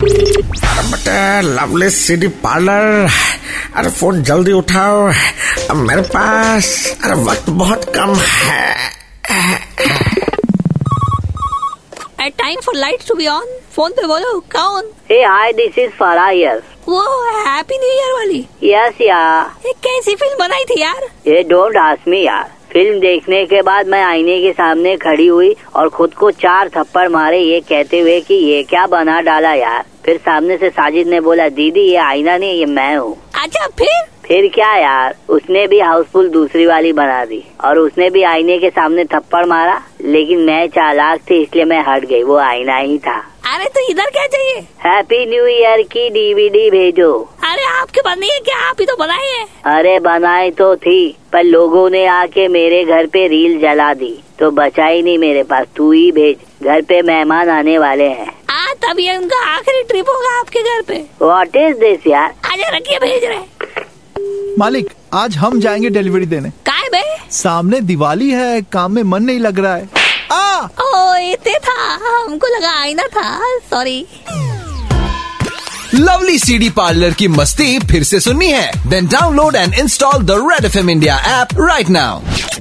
अरे बटे lovely city parlour अरे फोन जल्दी उठाओ अब मेरे पास अरे वक्त बहुत कम है A time for lights to be on. Phone पे बोलो कौन Hey, hi, this is Farah here. वो हैप्पी न्यू ईयर वाली Yes, yeah. ये कैसी फिल्म बनाई थी यार ये डोंट आस्क मी यार फिल्म देखने के बाद मैं आईने के सामने खड़ी हुई और खुद को चार थप्पड़ मारे ये कहते हुए कि ये क्या बना डाला यार फिर सामने से साजिद ने बोला दीदी ये आईना नहीं ये मैं हूँ अच्छा फिर फिर क्या यार उसने भी हाउसफुल दूसरी वाली बना दी और उसने भी आईने के सामने थप्पड़ मारा लेकिन मैं चालाक थी इसलिए मैं हट गई वो आईना ही था अरे तो इधर क्या चाहिए हैप्पी न्यू ईयर की डीवीडी भेजो अरे आपके बनी है क्या आप ही तो बनाए हैं अरे बनाई तो थी पर लोगों ने आके मेरे घर पे रील जला दी तो बचा ही नहीं मेरे पास तू ही भेज घर पे मेहमान आने वाले हैं आ हाँ, तब ये उनका आखिरी ट्रिप होगा आपके घर पे व्हाट इज दिस यार आजा रखिए भेज रहे मालिक आज हम जाएंगे डिलीवरी देने काय बे सामने दिवाली है काम में मन नहीं लग रहा है आ! ओ इतने था हमको लगा आईना था सॉरी लवली सीडी पार्लर की मस्ती फिर से सुननी है then download and install the red F India app right now